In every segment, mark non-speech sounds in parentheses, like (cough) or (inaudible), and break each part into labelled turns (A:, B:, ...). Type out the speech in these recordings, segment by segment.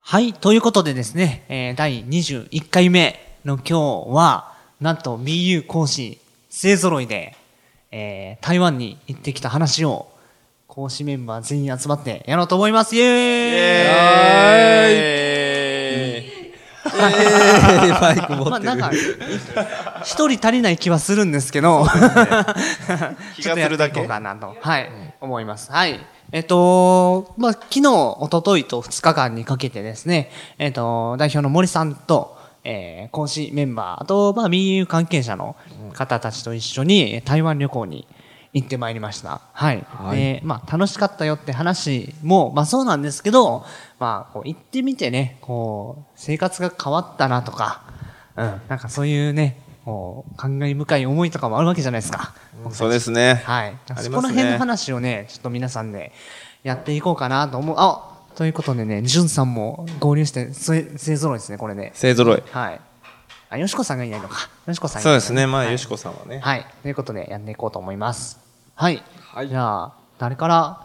A: はい、ということでですね、えー、第21回目の今日は、なんと BU 講師勢揃いで、えー、台湾に行ってきた話を、講師メンバー全員集まってやろうと思います。イエーイ
B: マイク持
A: まあ
B: って
A: なんか
B: る。、
A: 一人足りない気はするんですけど、 (laughs)
C: 気
A: ちょっ
C: が
A: と
C: す
A: や
C: る
A: って
C: だ
A: いこ
C: け
A: うかなと、はい、思います。はい。えっと、まあ、昨日、一昨日と2日間にかけてですね、えっと、代表の森さんと、えー、講師メンバー、あと、まあ、BU 関係者の方たちと一緒に台湾旅行に行ってまいりました。はい。
B: はい
A: で、まあ、楽しかったよって話も、まあ、そうなんですけど、まあ、こう行ってみてね、こう、生活が変わったなとか、うん、なんかそういうね、こう、感慨深い思いとかもあるわけじゃないですか。
C: そうですね。
A: はい。
C: ますね
A: そこら辺の話をね、ちょっと皆さんでやっていこうかなと思う。あということでね、じゅんさんも合流して、せ勢ぞろいですね、これね。
C: 勢ぞろい。
A: はい。あ、よしこさんがいないのか。よしこさんい
C: そ
A: な
C: う
A: い
C: で
A: の
C: すね。まあ、
A: はい
C: よしこさんはね。
A: はい。ということで、やっていこうと思います。はい。
B: はい
A: じゃあ、誰から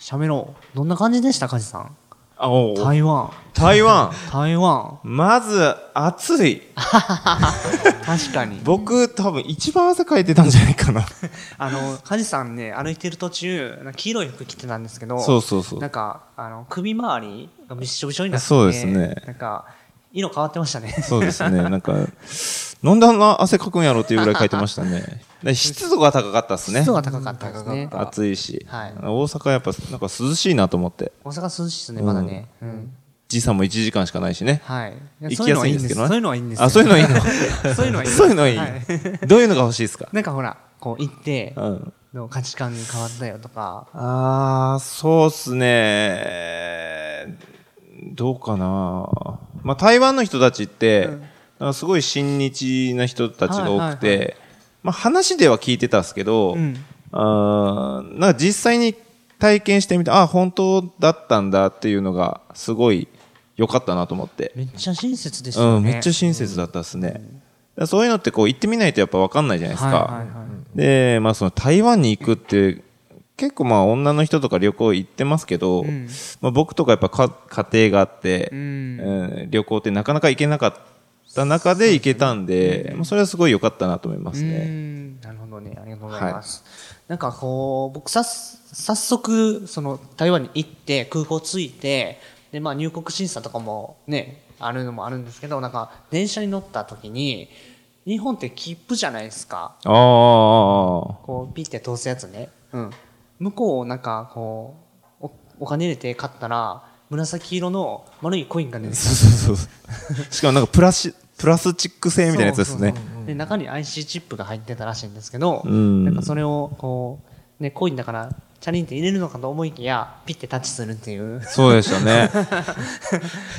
A: 喋ろう。どんな感じでした、カジさん。
C: あおう
A: 台湾。
C: 台湾。
A: 台湾。
C: まず、暑い。
A: 確かに。
C: 僕、多分、一番汗かいてたんじゃないかな。
A: あの、カジさんね、歩いてる途中、なんか黄色い服着てたんですけど、
C: (laughs) そうそうそう
A: なんか、あの、首周りがびっしょびしょになってて、
C: そうですね
A: なんか、色変わってましたね。
C: そうですね。なんか、なんであんな汗かくんやろっていうぐらいかいてましたね。
A: (laughs)
C: で湿度が高かったですね
A: 湿。度が高かったですね。
C: 暑いし。
A: はい
C: 大阪やっぱ、なんか涼しいなと思って。
A: 大阪涼しいですね、まだね。うん。
C: 時差も1時間しかないしね。
A: はい。
C: 行
A: そう
C: き
A: いう
C: や
A: のは
C: す
A: い
C: い
A: い
C: ん
A: ん
C: で
A: で
C: すけ
A: す
C: どね。
A: そういうのはいいんですよ
C: あ、そういうのいいの
A: (laughs) そういうのはいい (laughs) です
C: そういうのいい
A: は。
C: どういうのが欲しいですか
A: なんかほら、こう行って、
C: うん。
A: の価値観に変わったよとか、
C: あー、そうっすね。どうかな。まあ、台湾の人たちって、なんかすごい親日な人たちが多くて、
A: はい
C: まあ、話では聞いてたんですけど、
A: うん
C: あーなんか実際に体験してみて、あー、本当だったんだっていうのが、すごい良かったなと思って。
A: めっちゃ親切でした
C: う
A: よ
C: ん、
A: ね。
C: めっちゃ親切だったですね。だからそういうのってこう行ってみないとやっぱ分かんないじゃないですか。
A: はいはいはい
C: で、まあその台湾に行くって、結構まあ女の人とか旅行行ってますけど、
A: ん
C: まあ、僕とかやっぱか家庭があって、
A: うん
C: うん旅行ってなかなか行けなかった中で行けたんで、まあ、それはすごい良かったなと思います
A: うー
C: ね。
A: んなるほどね。ありがとうございます。なんかこう、僕さっ、早速、その、台湾に行って、空港着いて、で、まあ入国審査とかもね、あるのもあるんですけど、なんか、電車に乗った時に、日本って切符じゃないですか。
C: ああ、
A: こう、ピッて通すやつね。うん。向こうをなんか、こう、おお金入れて買ったら、紫色の丸いコインがね、
C: そうそう (laughs) そう。しかもなんかプラシ、プラスチック製みたいなやつですね
A: そう。そうそうで中に IC チップが入ってたらしいんですけど、
C: うん
A: なんかそれをこう、ね、コインだからチャリンって入れるのかと思いきやピッてタッチするっていう (laughs)
C: そうでしたね。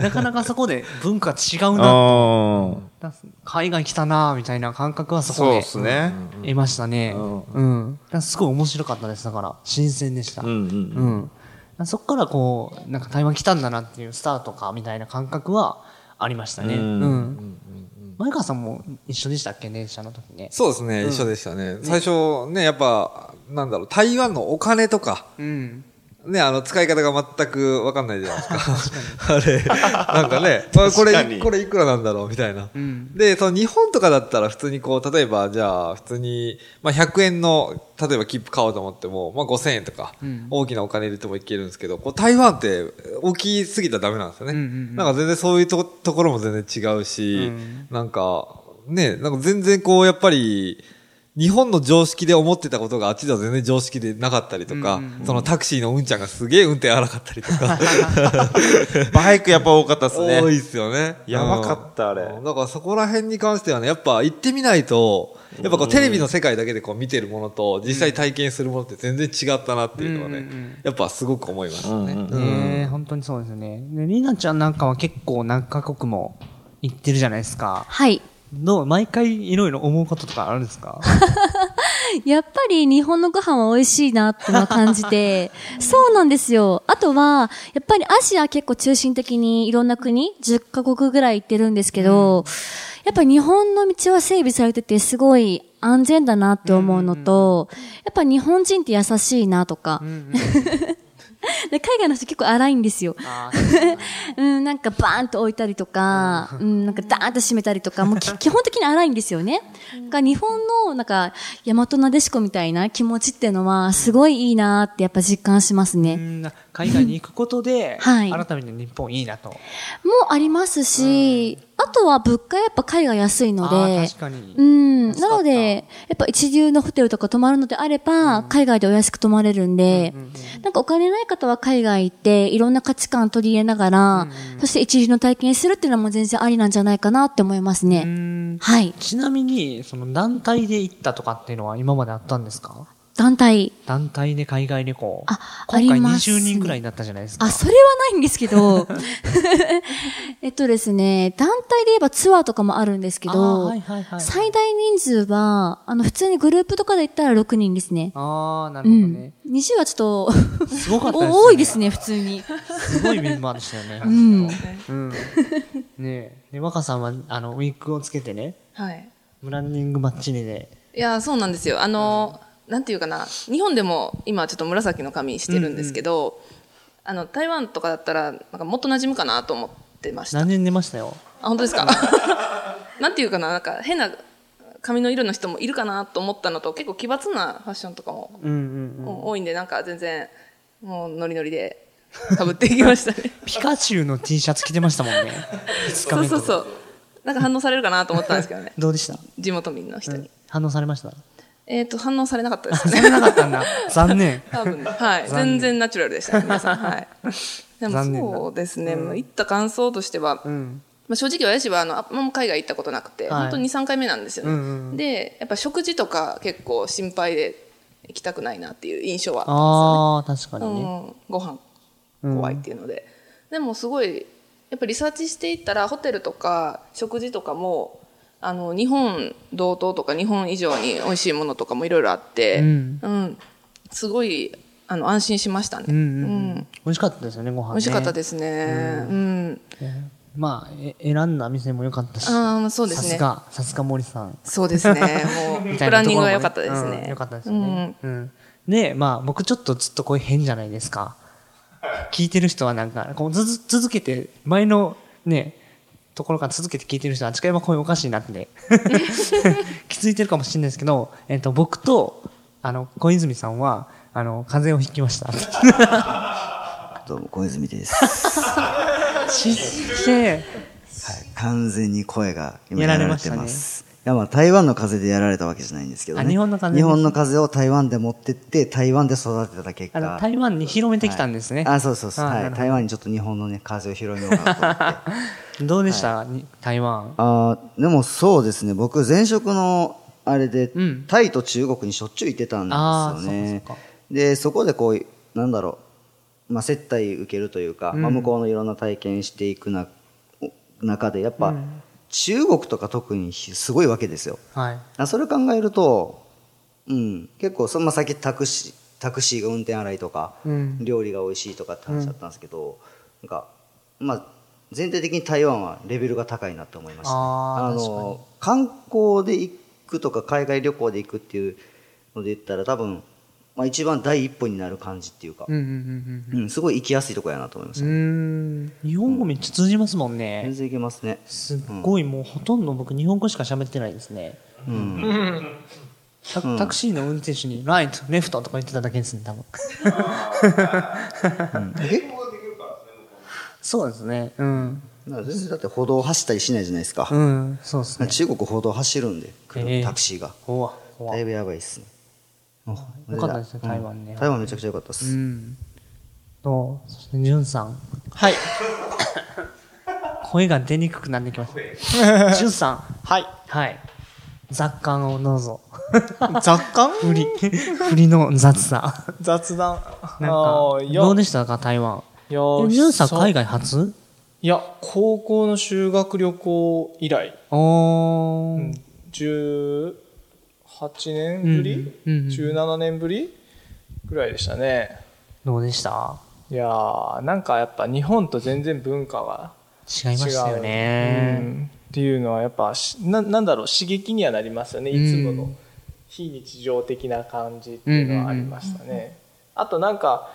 A: なかなかそこで文化違うな
C: ああ。
A: 海外来たなみたいな感覚はそこで
C: そうっすね
A: うん得ましたね、
C: うん
A: うん、だからすごい面白かったですだから新鮮でした、
C: うんうんうん
A: うんそこからこうなんか台湾来たんだなっていうスタートかみたいな感覚はありましたね、
C: うん
A: うん前川さんも一緒でしたっけ電車の時ね
B: そうですね、一緒でしたね。最初ね、やっぱ、なんだろう、台湾のお金とか、
A: うん
B: ね、あの、使い方が全くわかんないじゃないです (laughs) か。あれ、なんかね、まあこ
C: 確か
B: れ、
C: に
B: これいくらなんだろうみたいな。
A: ん
B: で、その日本とかだったら普通にこう、例えば、じゃあ、普通に、まあ、100円の、例えば切符買おうと思っても、まあ、5000円とか、大きなお金入れてもいけるんですけど、こう、台湾って大きすぎたらダメなんですよね。
A: うんうんうん
B: なんか全然そういうとところも全然違うし、なんか、ね、なんか全然こう、やっぱり、日本の常識で思ってたことがあっちでは全然常識でなかったりとか、そのタクシーのうんちゃんがすげえ運転荒かったりとか、
C: バイクやっぱ多かったっすね。
B: 多いっすよね。
C: やばかったあれ
B: うんだからそこら辺に関してはね、やっぱ行ってみないと、やっぱこうテレビの世界だけでこう見てるものと、実際体験するものって全然違ったなっていうのは
A: うんうんうん
B: ね、やっぱすごく思いました
C: うんう
B: ね。
C: ん
A: ねえ本当にそうですよね。で、りなちゃんなんかは結構何カ国も行ってるじゃないですか。
D: はい。
A: どう毎回いろいろ思うこととかあるんですか
D: やっぱり日本のご飯は美味しいなっていうのは感じ (laughs) て、そうなんですよ。あとは、やっぱりアジア結構中心的にいろんな国、10カ国ぐらい行ってるんですけど、やっぱり日本の道は整備されててすごい安全だなって思うのと、やっぱ日本人って優しいなとか、で海外の人結構荒いんですよ。うん、なんかバーンと置いたりとか、うん、なんかダーンと閉めたりとか、もうき (laughs) 基本的に荒いんですよね。が日本のなんか、大和なでしこみたいな気持ちっていうのは、すごいいいなってやっぱ実感します
A: う
D: ね。
A: ん海外に行くことで、
D: はい
A: 改めて日本いいなと。
D: もありますし、あとは物価やっぱ海外安いの
A: あー
D: で、
A: 確かに。
D: うん。
A: 安かった
D: なので、やっぱ一流のホテルとか泊まるのであれば、海外でお安く泊まれるんで、なんかお金ない方は海外行って、いろんな価値観取り入れながら、そして一流の体験するっていうのも全然ありなんじゃないかなって思いますね。
A: うん
D: はい。
A: ちなみに、その団体で行ったとかっていうのは今まであったんですか
D: 団体。
A: 団体で海外旅行。
D: あ
A: 今
D: あ
A: 回
D: ります
A: 20人くらいになったじゃないですか。
D: あ、それはないんです
A: (laughs)
D: けど、 (laughs) えっとですね、団体で言えばツアーとかもあるんですけ
A: あ
D: ど、
A: ーはいはいはい。
D: 最大人数は、あの、普通にグループとかで行ったら6人ですね。
A: ああ、なる
D: う
A: ほど
D: ん
A: ね。。
D: 20はちょっと、
A: すごかったですね。
D: お多いですね、普通に。
A: すごいメンバーでしたよね。
D: うん。
A: うん。ねえ。で、若さんは、あの、ウィッグをつけてね、
E: はい。
A: ランニングマッチリで。
E: いやーそうなんですよあのー、なんていうかな日本でも今ちょっと紫の髪してるんですけど、あの台湾とかだったらなんかもっと馴染むかなと思ってましたあ
A: 何年出ましたよ。
E: 本当ですか (laughs) なんていうかななんか変な髪の色の人もいるかなと思ったのと結構奇抜なファッションとかも、
A: うんうんうん。
E: 多いんでなんか全然もうノリノリで (laughs) かぶっていきましたね
A: ピカチュウの T シャツ着てましたもんね。2日
E: そう
A: 目。
E: そうそううなんか反応されるかなと思ったんですけど (laughs) ね
A: どうでした
E: 地元民の人に、
A: 反応されました
E: えっ、と反応されなかったですね
A: されなかったん
E: (laughs)
A: だ。残念。
E: 多
A: (laughs)
E: 分ねはい
A: 残念
E: 全然ナチュラル
A: (laughs)
E: でしたね皆さんはいでも
A: 残念だ
E: そうですね、もう行った感想としては、
A: うん。
E: まあ、正直私はあのあんま海外行ったことなくて、
A: はい
E: 本当に23回目なんですよね、
A: うんうんうん
E: でやっぱ食事とか結構心配で行きたくないなっていう印象はあ
A: ああ、確か
E: ったん
A: に
E: ですよ
A: ね。
E: ね、うん、ご飯怖いっていうので、でもすごいやっぱリサーチしていったらホテルとか食事とかもあの日本同等とか日本以上に美味しいものとかもいろいろあって、
A: うん
E: うんすごいあの安心しましたね、
A: うんうんう
E: うん
A: ん。美味しかったですよね、ご飯ね。
E: 美味しかった
A: す。
E: ですねうん、
A: まあ、え選んだ店も良かったし。
E: ああそうで
A: さ
E: す
A: す
E: ね
A: が、さすが森さん。
E: そうですねも
A: (laughs) み
E: う
A: たいな
E: プラ
A: と
E: ン
A: ころ
E: ニング
A: もね
E: は良かったですね
A: うん良かったですよね。うん。で、まあ、僕ちょっとずっとこれ変じゃないですか。聞いてる人はなんか、こうずず続けて、前のね、ところから続けて聞いてる人は、近山声おかしいな
E: (laughs)
A: って、気づいてるかもしれないですけど、えっ、と、僕と、あの、小泉さんは、あの、風邪をひきました。
F: どうも、小泉です。
A: 知って、
F: 完全に声が今
A: やら
F: やら
A: れ
F: れ
A: ました
F: て
A: ね
F: ます。いや、まあ、台湾の風でやられたわけじゃないんですけど
A: あ
F: ね。
A: 日本の風ね
F: 日本の風を台湾で持ってって、台湾で育てた結
A: あ
F: 果
A: の、。台湾に広めてきたんですね。
F: あ、そうそうそう。
A: あな
F: は
A: る
F: い。
A: ほど
F: 台湾にちょっと日本のね、風を広めようかなと思 (laughs) って。
A: どうでした、に台湾。
F: あーでもそうですね。僕、前職の、あれで、
A: うん
F: タイと中国にしょっちゅう行ってたんですよね。
A: あーそうかそうか
F: で、そこでこう、なんだろう、まあ、接待受けるというか、まあ、向こうのいろんな体験していくな中で、やっぱ、中国とか特にすごいわけですよ。
A: はい。
F: あそれ考えると、うん、結構そのまあさっきタクシータクシーが運転荒いとか、
A: うん
F: 料理が美味しいとかって話だったんですけど、なんかまあ全体的に台湾はレベルが高いなと思いました、ね、
A: あー
F: の観光で行くとか海外旅行で行くっていうので言ったら多分、まあ、一番第一歩になる感じっていうか、
A: うんうんうん
F: うんすごい行きやすいとこやなと思いまし
A: う
F: た、
A: ん。うーん。日本語めっちゃ通じますもんね。
F: 全然行けますね
A: すっごいもうほとんど僕日本語しか喋ってないですね。タタクシーの運転手にライト、レフトとか言ってただけですね、多分。そうですね。うん。
F: だから全然だって歩道走ったりしないじゃないですか、
A: うん。そうですね。
F: 中国歩道走るんで
A: えー
F: タクシーが
A: おわ、怖
F: だい
A: い。
F: ぶやばいっすね。
A: よかったですね台湾ね
F: うん台湾めちゃくちゃ良かったっす。
A: うん。と、そして、じゅんさん。はい。声が出にくくなってきま (laughs) した。じゅんさん。はい。はい。雑感をどうぞ。
G: 雑感
A: (laughs) 振り。振りの雑さ。
G: 雑談。
A: なん
G: あ
A: か
G: ー、いや
A: どうでしたか、台湾。
G: いや
A: じゅんさん、
G: そう
A: 海外初
G: いや、高校の修学旅行以来、
A: おー。
G: 18年ぶり、
A: うんうんうん
G: ?17 年ぶりぐらいでしたね。
A: どうでした
G: いやー、なんかやっぱ日本と全然文化が
A: 違いましたよね。
G: 違ううんっていうのはやっぱしななんだろう刺激にはなりますよねいつも
A: う
G: の
A: ん
G: 非日常的な感じっていうのはありましたね、あとなんか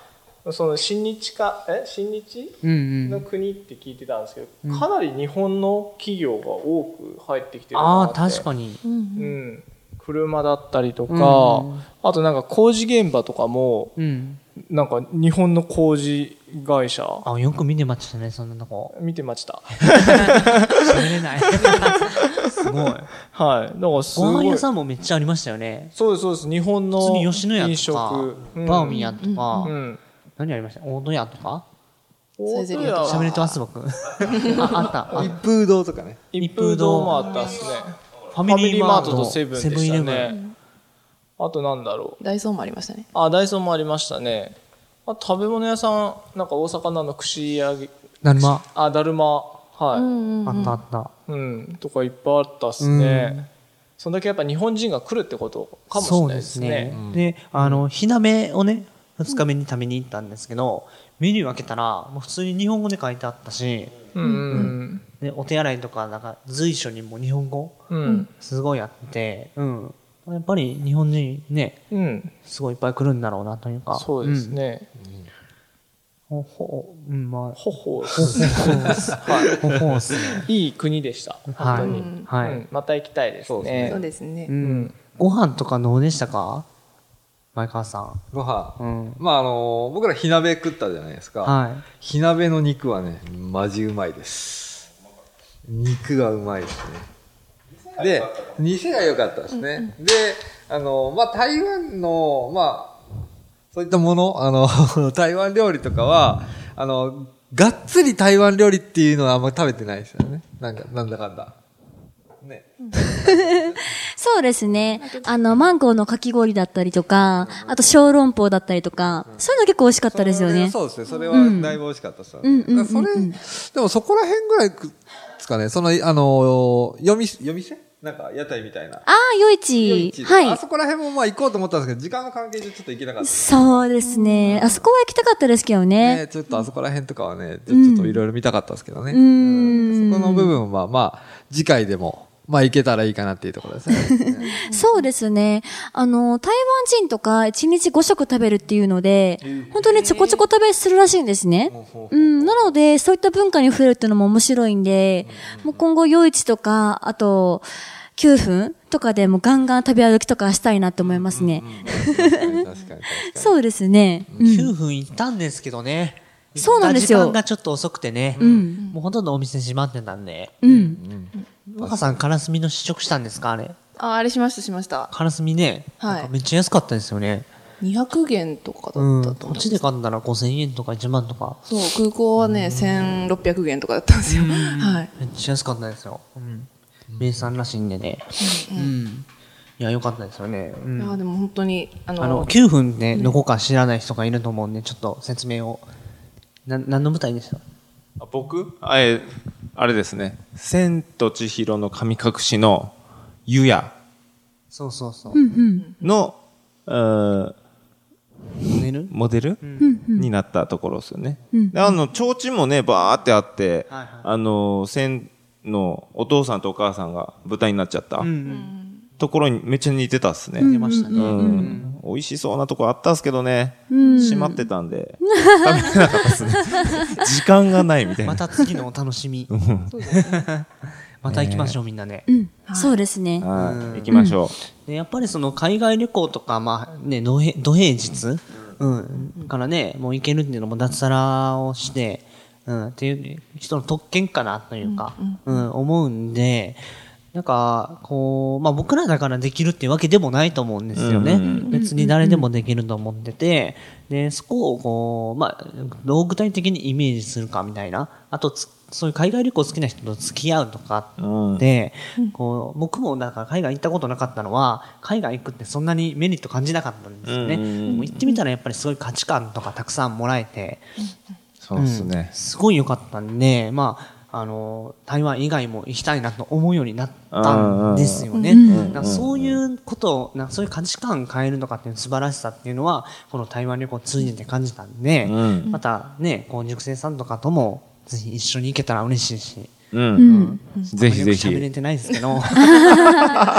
G: その親日かえ親日
A: うんうん
G: の国って聞いてたんですけど、かなり日本の企業が多く入ってきてる
A: あ
G: な
A: あ
G: って
A: 確かに
D: うん
G: うん、車だったりとか、
A: うんうん
G: あとなんか工事現場とかも
A: うん
G: なんか日本の工事会社
A: あよく見てましたねそんなと (laughs) こ
G: 見てました
A: 喋れないすごい
G: はいだからす
A: ご飯
G: ごい
A: 屋さんもめっちゃありましたよね
G: そうですそうです日本の
A: 普通に吉野家
G: 飲
A: とか
G: 食うん
A: バーミヤンとか、
G: うん
A: 何ありました大戸屋とか
G: 大戸屋
A: 喋れ
G: は
A: てます
G: (laughs)
A: 僕ああったあ
F: 一風堂とかね。
G: 一風堂もあったっすね
A: ファ
G: ファミリーマート
A: の
G: とセブンで
A: セブンイレ
G: し
A: ブ
G: た
A: ン
G: ねあとなんだろう
E: ダイソーもありましたね
G: あダイソーもありましたねあと食べ物屋さんなんか大阪なの串揚げ
A: だるま
G: あだるまは
A: あったあった、
G: いうんとかいっぱいあったっすねそんだけやっぱ日本人が来るってことかもしれ
A: そう
G: な
A: で
G: いですす
A: ね
G: ね。
A: で、あの、火鍋をね、2日目に食べに行ったんですけど、メニュー開けたら、もう普通に日本語で書いてあったし、
G: うんうん
A: でお手洗いとか、なんか随所にもう日本語
G: うん
A: すごいあって、うん。やっぱり日本人ね、
G: うん
A: すごいいっぱい来るんだろうなというか。
G: そうですね
A: うん。ほほ、うん、まあ、ほ
G: ほほっすね
A: ほーす。ほほーすね。
G: いい国でした本
A: は
G: 当
A: い
G: に
E: ん
A: はい
G: うん。また行きたいです
B: そうで
G: ね。
E: そうですね、
A: うん。ご飯とかどうでしたか前川さん。
B: ご飯。
A: うん。
B: まああの、僕ら火鍋食ったじゃないですか。
A: は
B: 火鍋の肉はね、マジうまいです。肉がうまいですね。で、店が良かったですね。で、あの、まあ、台湾の、まあ、そういったもの、あの、 (laughs) 台湾料理とかは、あの、がっつり台湾料理っていうのはあんま食べてないですよね。なんか、なんだかんだ。ね。
D: そうですね。あの、マンゴーのかき氷だったりとか、あと小籠包だったりとか、そういうの結構美味しかったですよね。
B: そうですね。それは
D: うん
B: だいぶ美味しかったですよ
D: うん
B: ね。
D: うんうんうん
B: それ、でもそこら辺ぐらいくですかね。その、あの、夜店、夜店なんか屋台みたいな。
D: ああ、
B: 夜
D: 夜市。
B: 市とか
D: は
B: あ
D: い。
B: そこら辺もまあ行こうと思ったんですけど、時間の関係でちょっと行けなかった。
D: そうですね。あそこは行きたかったですけどね。
B: ね、ちょっとあそこら辺とかはね、ち
D: う
B: ょ
D: ん
B: ちょっといろいろ見たかったですけどね。
D: うーん
B: そこの部分はまあ、次回でも、まあ行けたらいいかなっていうところですね。
D: そうですね。あの、台湾人とか1日5食食べるっていうので、本当にちょこちょこ食べするらしいんですね。うん。なので、そういった文化に触れるっていうのも面白いんで、もう今後、夜市とか、あと、9分とかでもうガンガン食べ歩きとかしたいなって思いますね。
B: 確かに確かに。
D: (laughs) そうですね。
A: い。9分行ったんですけどね。
D: そうなんですよ
A: 行った時間がちょっと遅くてね。
D: ん
A: もうほとんどお店閉まってたんで。
D: うん。
A: 若さん、カラスミの試食したんですかあれ。
E: ああれしましたしました
A: カラスミね。
E: はい
A: なんかめっちゃ安かったですよね。
E: 200元とかだったと
A: う
E: 思
A: ん。
E: い
A: こっ
E: ま
A: ち
E: す
A: で買ったら5000円とか1万とか。
E: そう空港はね1600元とかだったんですよはい
A: めっちゃ安かったですよ。うん。名産らしいんでね。うん。いや、良かったですよね。う
E: い
A: ん。
E: やでも本当にあの
A: あの、9分ね、どこか知らない人がいると思うんで、ちょっと説明を。な、何の舞台でした
C: あ僕あえあれですね「千と千尋の神隠し」の「湯屋
A: そうそうそう。
C: の」うーん
A: 寝る
C: モデル、になったところですよね。であの提灯もねバーってあって、
A: はいはい
C: あの千のお父さんとお母さんが舞台になっちゃった、ところにめっちゃ似てたっすね。
A: 出ましたね。
C: うん美味しそうなとこあったっすけどね、閉まってたんで食べれなかったっ (laughs) すね時間がないみたいな
A: また次のお楽しみ。 (laughs) また行きましょう、みんなね。
D: そうですね。
C: はい行きましょう、
A: でやっぱりその海外旅行とか、まあね、土平土平日、うん、からね、もう行けるっていうのも脱サラをして、うん、っていう人の特権かなというか、うん思うんで、なんか、こう、まあ僕らだからできるっていうわけでもないと思うんですよね。
C: うんう
A: 別に誰でもできると思ってて、で、そこをこう、まあ、どう具体的にイメージするかみたいな、あとつ、そういう海外旅行好きな人と付き合うとかって、こう、僕もなんか海外行ったことなかったのは、海外行くってそんなにメリット感じなかったんですよね。
C: うんうんうん
A: でも行ってみたらやっぱりすごい価値観とかたくさんもらえて、
C: そうですね
A: うん。すごい良かったんで、まあ、あの、台湾以外も行きたいなと思うようになったんですよね。なんかそういうことを、なんかそういう価値観を変えるとかっていう素晴らしさっていうのは、この台湾旅行を通じて感じたんで、
C: うん
A: またね、こう、熟成さんとかとも、ぜひ一緒に行けたら嬉しいし、
C: うん。
D: うん
C: ぜひぜひ
A: あんまりよく喋れてないですけ (laughs) ど、
E: わかりますわ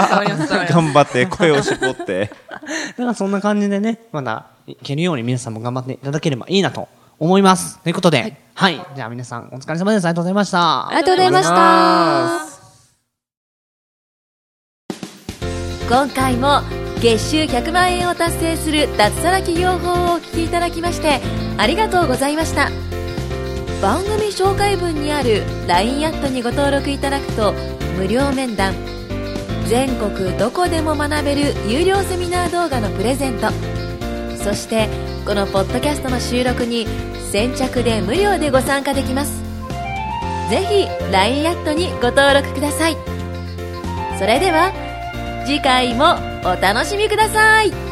E: かります
C: 頑張 (laughs) って声を絞って。
A: (laughs) だからそんな感じでね、まだいけるように皆さんも頑張っていただければいいなと思います。ということで、はい。じゃあ皆さんお疲れ様です。ありがとうございました
D: あり。がとうございました。
H: 今回も月収100万円を達成する脱サラ企業法をお聞きいただきましてありがとうございました番組紹介文にある LINE アットにご登録いただくと無料面談全国どこでも学べる有料セミナー動画のプレゼントそしてこのポッドキャストの収録に先着で無料でご参加できますぜひ LINE アットにご登録くださいそれでは次回もお楽しみください